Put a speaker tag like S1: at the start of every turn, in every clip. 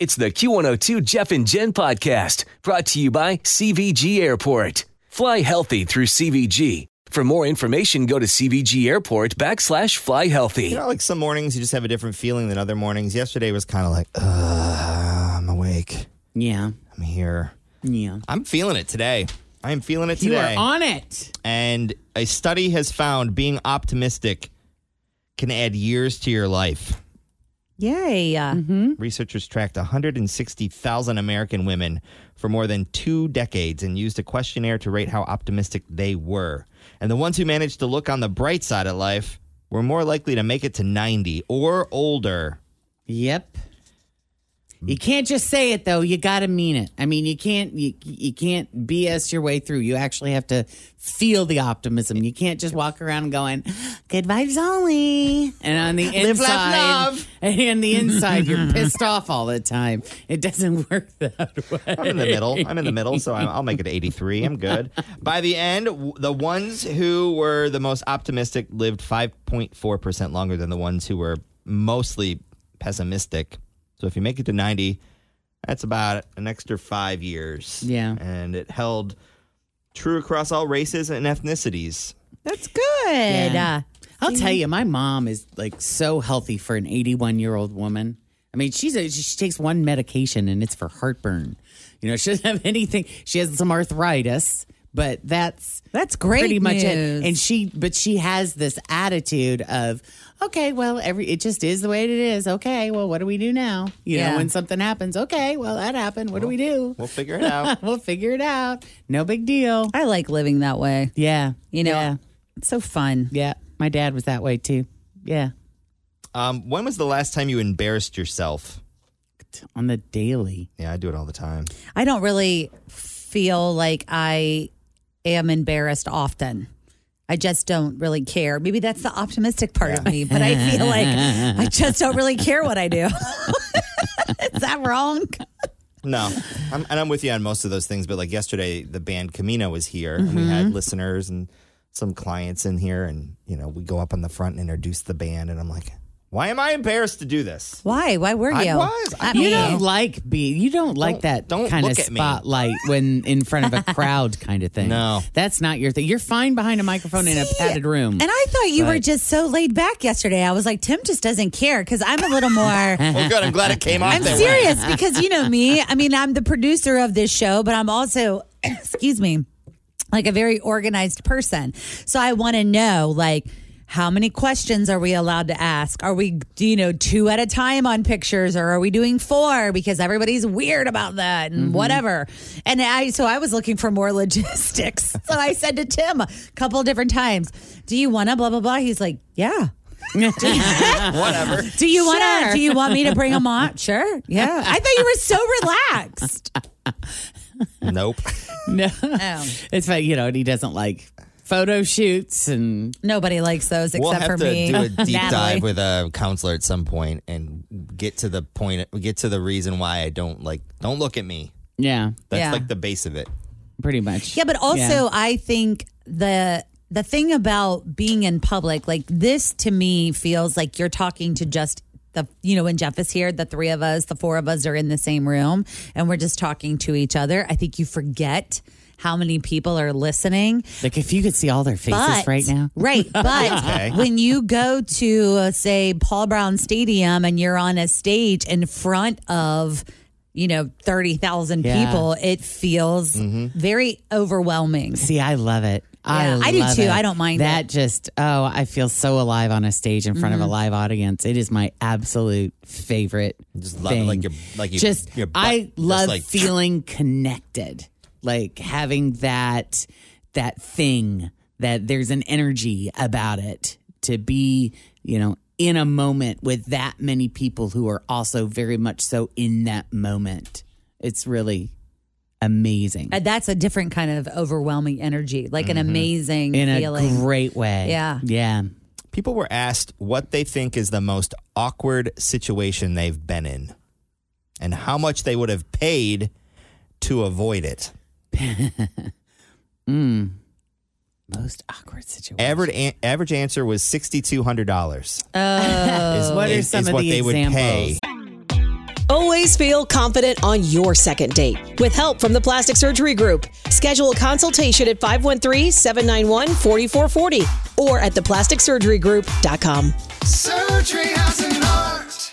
S1: It's the Q102 Jeff and Jen podcast brought to you by CVG Airport. Fly healthy through CVG. For more information, go to CVG Airport backslash fly healthy.
S2: You know, like some mornings you just have a different feeling than other mornings. Yesterday was kind of like, Ugh, I'm awake.
S3: Yeah.
S2: I'm here.
S3: Yeah.
S2: I'm feeling it today. I am feeling it
S3: You
S2: today.
S3: are on it.
S2: and a study has found being optimistic can add years to your life.
S4: Yay.
S2: Researchers tracked 160,000 American women for more than two decades and used a questionnaire to rate how optimistic they were. And the ones who managed to look on the bright side of life were more likely to make it to 90 or older.
S3: Yep. You can't just say it though. You got to mean it. I mean, you can't you, you can't BS your way through. You actually have to feel the optimism. You can't just walk around going good vibes only. And on the inside,
S2: Live, laugh, love.
S3: and on the inside, you're pissed off all the time. It doesn't work that way.
S2: I'm in the middle. I'm in the middle, so I'm, I'll make it 83. I'm good. By the end, w- the ones who were the most optimistic lived 5.4% longer than the ones who were mostly pessimistic. So if you make it to 90, that's about an extra five years.
S3: Yeah.
S2: And it held true across all races and ethnicities.
S4: That's good.
S3: Yeah.
S4: Uh,
S3: I'll tell you, my mom is like so healthy for an 81 year old woman. I mean, she's a, she takes one medication and it's for heartburn. You know, she doesn't have anything. She has some arthritis, but that's
S4: That's great
S3: Pretty much it.
S4: news.
S3: And she, but she has this attitude of, okay, well, every it just is the way it is. Okay, well, what do we do now? You know,
S4: Yeah.
S3: when something happens, okay, well, that happened. What do we do?
S2: We'll figure it out.
S3: We'll figure it out. No big deal.
S4: I like living that way.
S3: Yeah,
S4: You know,
S3: yeah,
S4: it's so fun.
S3: yeah. My dad was that way too. Yeah.
S2: um, when was the last time you embarrassed yourself?
S3: on the daily.
S2: Yeah, I do it all the time.
S4: I don't really feel like I am embarrassed often. I just don't really care. Maybe that's the optimistic part of me, but I feel like I just don't really care what I do. Is that wrong?
S2: No, I'm, and I'm with you on most of those things. But like yesterday, the band Camino was here, and we
S4: Mm-hmm.
S2: had listeners and some clients in here, and you know, we go up on the front and introduce the band, and I'm like, why am I embarrassed to do this?
S4: Why? Why were you?
S2: I was. I
S4: At
S3: You
S4: me.
S3: don't like be you don't like
S2: Don't-
S3: that
S2: don't
S3: kind of
S2: look at me.
S3: spotlight when in front of a crowd kind of thing.
S2: No.
S3: That's not your thing. You're fine behind a microphone in a padded room.
S4: And I thought you were
S3: But-
S4: just so laid back yesterday. I was like, Tim just doesn't care because I'm a little more.
S2: Well, good. I'm glad it came off
S4: I'm
S2: that way.
S4: serious because you know me. I mean, I'm the producer of this show, but I'm also, excuse me, like a very organized person. So I want to know, like, how many questions are we allowed to ask? Are we, you know, two at a time on pictures or are we doing four because everybody's weird about that and whatever? And I, so I was looking for more logistics. so I said to Tim a couple different times, Do you want to blah, blah, blah? He's like, Yeah.
S2: Whatever.
S4: Do you want to?
S3: Sure.
S4: Do you want me to bring them on? Sure. Yeah. I thought you were so relaxed.
S2: Nope.
S3: no.
S4: Oh,
S3: It's like, you know, and he doesn't like photo shoots and
S4: nobody likes those
S2: we'll
S4: except
S2: have
S4: for
S2: to
S4: me.
S2: do a deep
S4: Natalie.
S2: dive with a counselor at some point and get to the point, get to the reason why I don't like, don't look at me.
S3: yeah,
S2: That's
S4: Yeah.
S2: like the base of it.
S3: pretty much.
S4: Yeah, but also
S3: Yeah.
S4: I think the the thing about being in public, like this to me feels like you're talking to just the you know, when Jeff is here, the three of us, the four of us are in the same room and we're just talking to each other. I think you forget how many people are listening.
S3: Like if you could see all their faces
S4: but
S3: right now.
S4: Right. But
S2: Okay.
S4: when you go to, uh, say, Paul Brown Stadium and you're on a stage in front of you know, 30,000
S3: Yeah. Mm-hmm.
S4: people, it feels very overwhelming.
S3: See, I love it.
S4: Yeah,
S3: I,
S4: I do
S3: love
S4: too.
S3: it.
S4: I don't mind
S3: that.
S4: it.
S3: Just oh, I feel so alive on a stage in front of a live audience. It is my absolute favorite.
S2: Just love it,
S3: thing.
S2: like your- like you-
S3: just
S2: your butt
S3: I
S2: just
S3: love
S2: like-
S3: feeling connected, like having that that thing that there's an energy about it to be, you know, in a moment with that many people who are also very much so in that moment. It's really amazing.
S4: Uh, That's a different kind of overwhelming energy, like an amazing
S3: Mm-hmm. in a
S4: feeling.
S3: great way.
S4: Yeah.
S3: Yeah.
S2: People were asked what they think is the most awkward situation they've been in and how much they would have paid to avoid it.
S3: Most awkward situation.
S2: Average, an- average answer was $6,200.
S4: oh,
S2: Is,
S3: What are
S2: is-
S3: some
S2: is
S3: of
S2: what
S3: the
S2: they would pay.
S3: examples?
S5: Always feel confident on your second date. With help from the Plastic Surgery Group, schedule a consultation at 513 791 4440 or at theplasticsurgerygroup.com.
S6: Surgery has an art.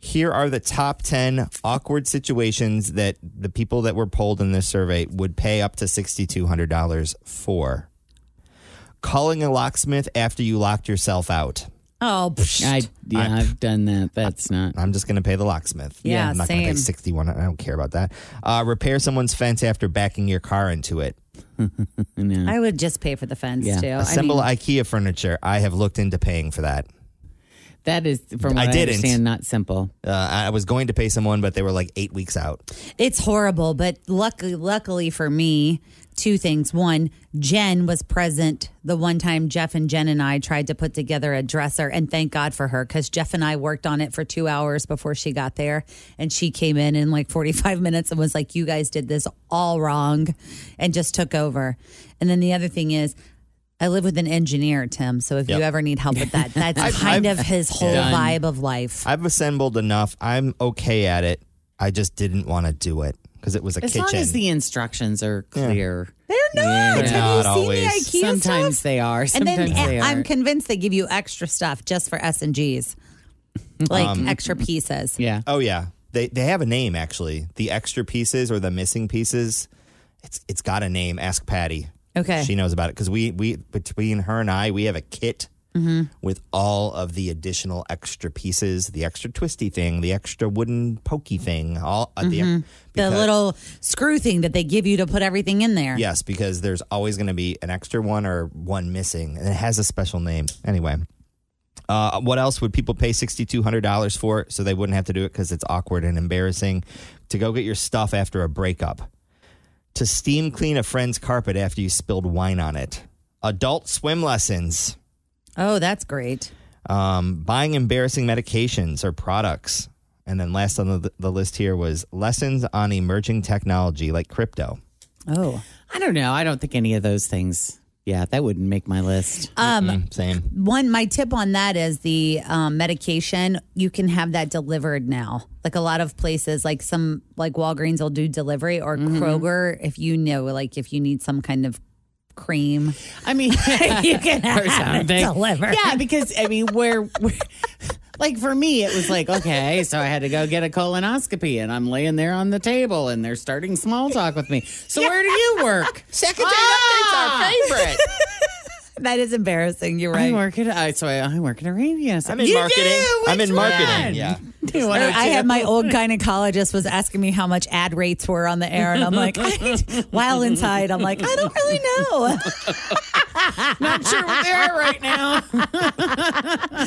S2: here are the top 10 awkward situations that the people that were polled in this survey would pay up to $6,200 for. Calling a locksmith after you locked yourself out.
S4: Oh, psh.
S3: I yeah, I, have done that. That's not.
S2: I'm just going to pay the locksmith.
S4: Yeah,
S2: I'm not going to pay
S4: same.
S2: 61. I don't care about that. Uh, repair someone's fence after backing your car into it.
S4: I would just pay for the fence
S3: Yeah.
S4: too.
S2: Assemble
S4: Oh, I mean,
S2: IKEA furniture. I have looked into paying for that.
S3: That is from
S2: I
S3: what I,
S2: didn't.
S3: understand. Not simple.
S2: Uh, I was going to pay someone, but they were like eight weeks out.
S4: it's horrible, but luckily, luckily for me, two things. One, Jen was present the one time Jeff and Jen and I tried to put together a dresser, and thank God for her because Jeff and I worked on it for two hours before she got there, and she came in in like forty five minutes and was like, "You guys did this all wrong," and just took over. And then the other thing is. I live with an engineer, Tim. So if you
S2: Yep.
S4: ever need help with that, that's kind
S2: I've-
S4: of his whole
S3: Done.
S4: vibe of life.
S2: I've assembled enough. I'm okay at it. I just didn't want to do it because it was a
S3: As
S2: kitchen.
S3: long as the instructions are clear.
S4: They're not.
S3: Yeah.
S2: Not
S4: Have you
S2: always.
S4: seen the IKEA
S3: Sometimes
S4: stuff?
S3: they are.
S4: And
S3: Sometimes
S4: then
S3: they
S4: eh,
S3: are.
S4: I'm convinced they give you extra stuff just for S and G's, like extra pieces.
S3: Um, yeah.
S2: Oh yeah, they they have a name actually. The extra pieces or the missing pieces, it's it's got a name. Ask Patty.
S4: Okay.
S2: she knows about it because we we between her and I we have a kit
S4: Mm-hmm.
S2: with all of the additional extra pieces, the extra twisty thing, the extra wooden pokey thing, all uh, the,
S4: Mm-hmm. The
S2: because-
S4: little screw thing that they give you to put everything in there.
S2: Yes, because there's always going to be an extra one or one missing, and it has a special name. Anyway, uh, what else would people pay sixty two hundred dollars for so they wouldn't have to do it because it's awkward and embarrassing to go get your stuff after a breakup, to steam clean a friend's carpet after you spilled wine on it, adult swim lessons,
S4: Oh, that's great.
S2: um, buying embarrassing medications or products. And then last on the, the list here was lessons on emerging technology like crypto.
S4: Oh,
S3: I don't know. I don't think any of those things. Yeah, that wouldn't make my list.
S2: Mm, Same.
S4: one. My tip on that is the um, medication. You can have that delivered now. Like a lot of places, like some like Walgreens will do delivery, or
S3: Mm-hmm.
S4: Kroger if you know, like if you need some kind of cream.
S3: I mean,
S4: You can have
S3: or
S4: it
S3: something.
S4: delivered.
S3: Yeah, because I mean, where, where, like for me, it was like okay, so I had to go get a colonoscopy, and I'm laying there on the table, and they're starting small talk with me. So where do you work? Second date updates are favorite.
S4: That is embarrassing. You're
S3: I
S4: right.
S3: work at I so I, I work at Arabia. So
S2: I'm in
S3: You
S2: marketing.
S3: do?
S2: I'm
S3: Which
S2: in marketing.
S3: one?
S2: Yeah.
S3: Do you
S4: Or
S3: wanna
S4: I
S3: do-
S4: had my old gynecologist was asking me how much ad rates were on the air, and I'm like, I, while inside, I'm like, I don't really know.
S3: not sure where they're at right now.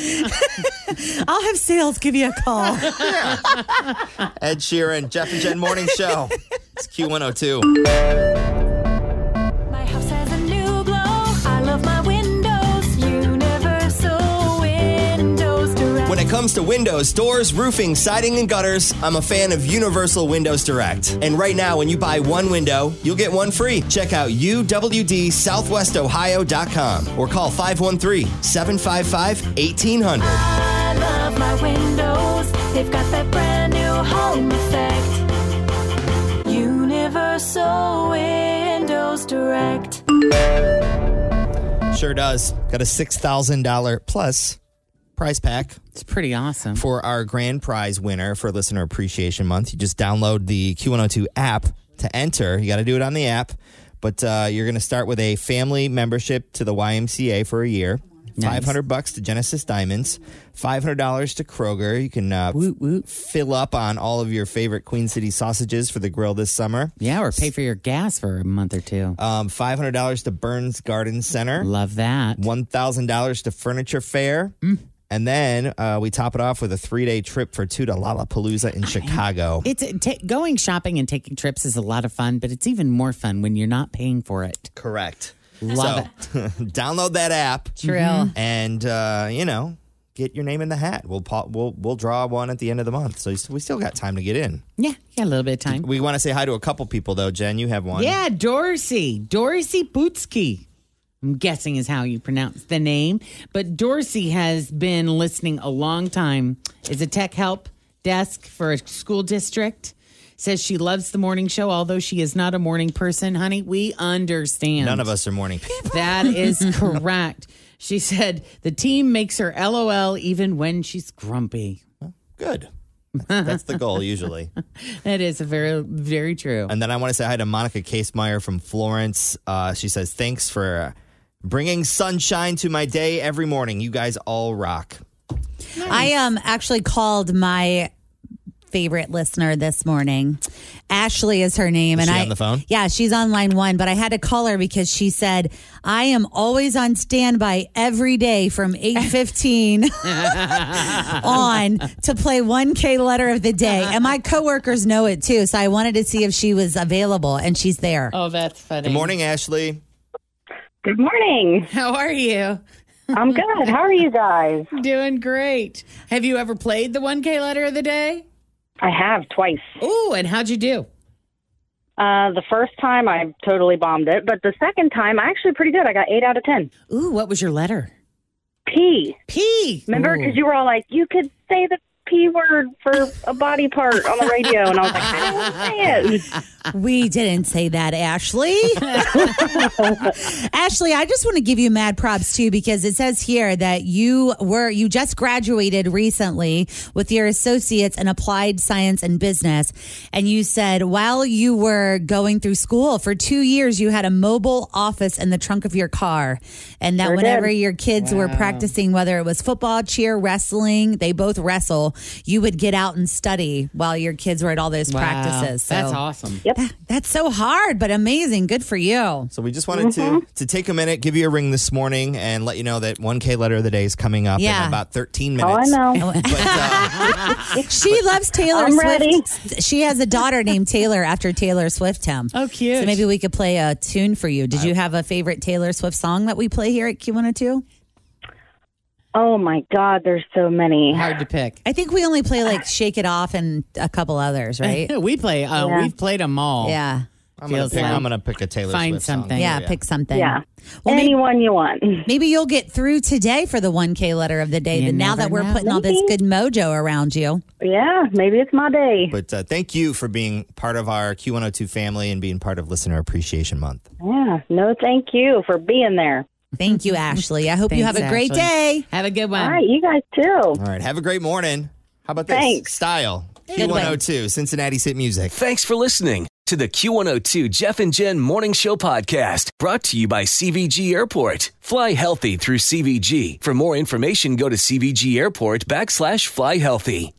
S4: I'll have sales give you a call.
S2: Ed Sheeran, Jeff and Jen Morning Show. It's Q102.
S7: My house has a new glow. I love my windows. Universal Windows
S2: When it comes comes to windows, doors, roofing, siding, and gutters, I'm a fan of Universal Windows Direct. And right now, when you buy one window, you'll get one free. Check out uwdsouthwestohio.com or call 513 755 1800.
S8: I love my windows. They've got that brand new home effect. Universal Windows Direct.
S2: Sure does. Got a $6,000 plus prize pack.
S3: It's pretty awesome.
S2: For our grand prize winner for Listener Appreciation Month, you just download the Q102 app to enter. You got to do it on the app, but uh, you're going to start with a family membership to the YMCA for a year.
S3: Nice.
S2: 500 bucks to Genesis Diamonds, $500 to Kroger. You can uh, fill up on all of your favorite Queen City sausages for the grill this summer.
S3: Yeah, or pay for your gas for a month or two.
S2: Um, $500 to Burns Garden Center.
S3: Love that.
S2: $1,000 to Furniture Fair. And then uh, we top it off with a three day trip for two to Lollapalooza in Chicago.
S3: It's uh, ta going shopping and taking trips is a lot of fun, but it's even more fun when you're not paying for it.
S2: Correct.
S3: Love
S2: so, it. download that app.
S4: True.
S2: And, uh, you know, get your name in the hat. We'll, pa- we'll, we'll draw one at the end of the month. So you s- we still got time to get in.
S3: Yeah, yeah, a little bit of time.
S2: We want to say hi to a couple people, though. Jen, you have one.
S3: Yeah, Dorsey. Dorsey Bootsky. I'm guessing is how you pronounce the name. But Dorsey has been listening a long time, is a tech help desk for a school district. Says she loves the morning show, although she is not a morning person. Honey, we understand.
S2: None of us are morning people.
S3: That is correct. She said the team makes her LOL even when she's grumpy.
S2: Good. That's the goal, usually.
S3: That is very, very true.
S2: And then I want to say hi to Monica Casemeyer from Florence. Uh, she says, Thanks for bringing sunshine to my day every morning. You guys all rock.
S4: I um actually called my favorite listener this morning. Ashley is her name,
S2: Is
S4: and
S2: she
S4: I
S2: on the phone?
S4: Yeah, she's on line one, but I had to call her because she said I am always on standby every day from eight fifteen on to play one K letter of the day, and my coworkers know it too. So I wanted to see if she was available, and she's there.
S3: Oh, that's funny.
S2: Good morning, Ashley.
S8: Good morning.
S3: How are you?
S8: I'm good. How are you guys?
S3: Doing great. Have you ever played the 1K letter of the day?
S8: I have twice.
S3: Ooh, and how'd you do?
S8: Uh, the first time I totally bombed it, but the second time I actually pretty good. I got eight out of ten.
S3: Ooh, what was your letter?
S8: P.
S3: P.
S8: Remember, because you were all like, you could say the P word for a body part on the radio, and I was like, I don't want to say it.
S4: We didn't say that, Ashley. Ashley, I just want to give you mad props too because it says here that you were you just graduated recently with your associates in applied science and business and you said while you were going through school for 2 years you had a mobile office in the trunk of your car and that
S8: Sure did.
S4: whenever your kids were practicing whether it was football, cheer, wrestling, they both wrestle, you would get out and study while your kids were at all those practices. So-
S3: That's awesome.
S4: that's so hard, but amazing. Good for you.
S2: So we just wanted
S8: Mm-hmm.
S2: to to take a minute, give you a ring this morning, and let you know that 1K letter of the day is coming up in
S4: Yeah.
S2: about 13
S8: Oh, I
S2: minutes.
S8: know.
S2: But, uh,
S4: She loves Taylor
S8: I'm
S4: Swift.
S8: ready.
S4: She has a daughter named Taylor after Taylor Swift. Tim.
S3: Oh, cute.
S4: So maybe we could play a tune for you. Did you have a favorite Taylor Swift song that we play here at Q102?
S8: Oh my God, there's so many.
S3: Hard to pick.
S4: I think we only play like Shake It Off and a couple others,
S3: Oh,
S4: right?
S3: we play. Uh,
S8: Yeah.
S3: We've played them all.
S4: yeah.
S2: I'm going
S3: Feels
S2: to pick,
S3: like-
S2: I'm gonna pick a Taylor
S3: Find
S2: Swift song.
S3: something.
S4: Yeah, pick something.
S8: Yeah.
S4: Well, maybe,
S8: Anyone you want.
S4: maybe you'll get through today for the 1K letter of the day.
S3: You
S4: That now
S3: never
S4: that we're
S3: know.
S4: putting all this good mojo around you.
S8: Yeah, maybe it's my day.
S2: But uh, thank you for being part of our Q102 family and being part of Listener Appreciation Month.
S8: Yeah, no, thank you for being there.
S4: Thank you, Ashley. I hope you have
S3: Thanks,
S4: a great
S3: Ashley.
S4: day.
S3: Have a good
S8: All
S3: one.
S8: right, you guys too.
S2: All right. Have a great morning. How about this?
S8: Oh. Thanks.
S2: Style. Q102, Cincinnati's hit music.
S1: Thanks for listening to the Q102 Jeff and Jen Morning Show Podcast, brought to you by CVG Airport. Fly healthy through CVG. For more information, go to CVG Airport backslash fly healthy.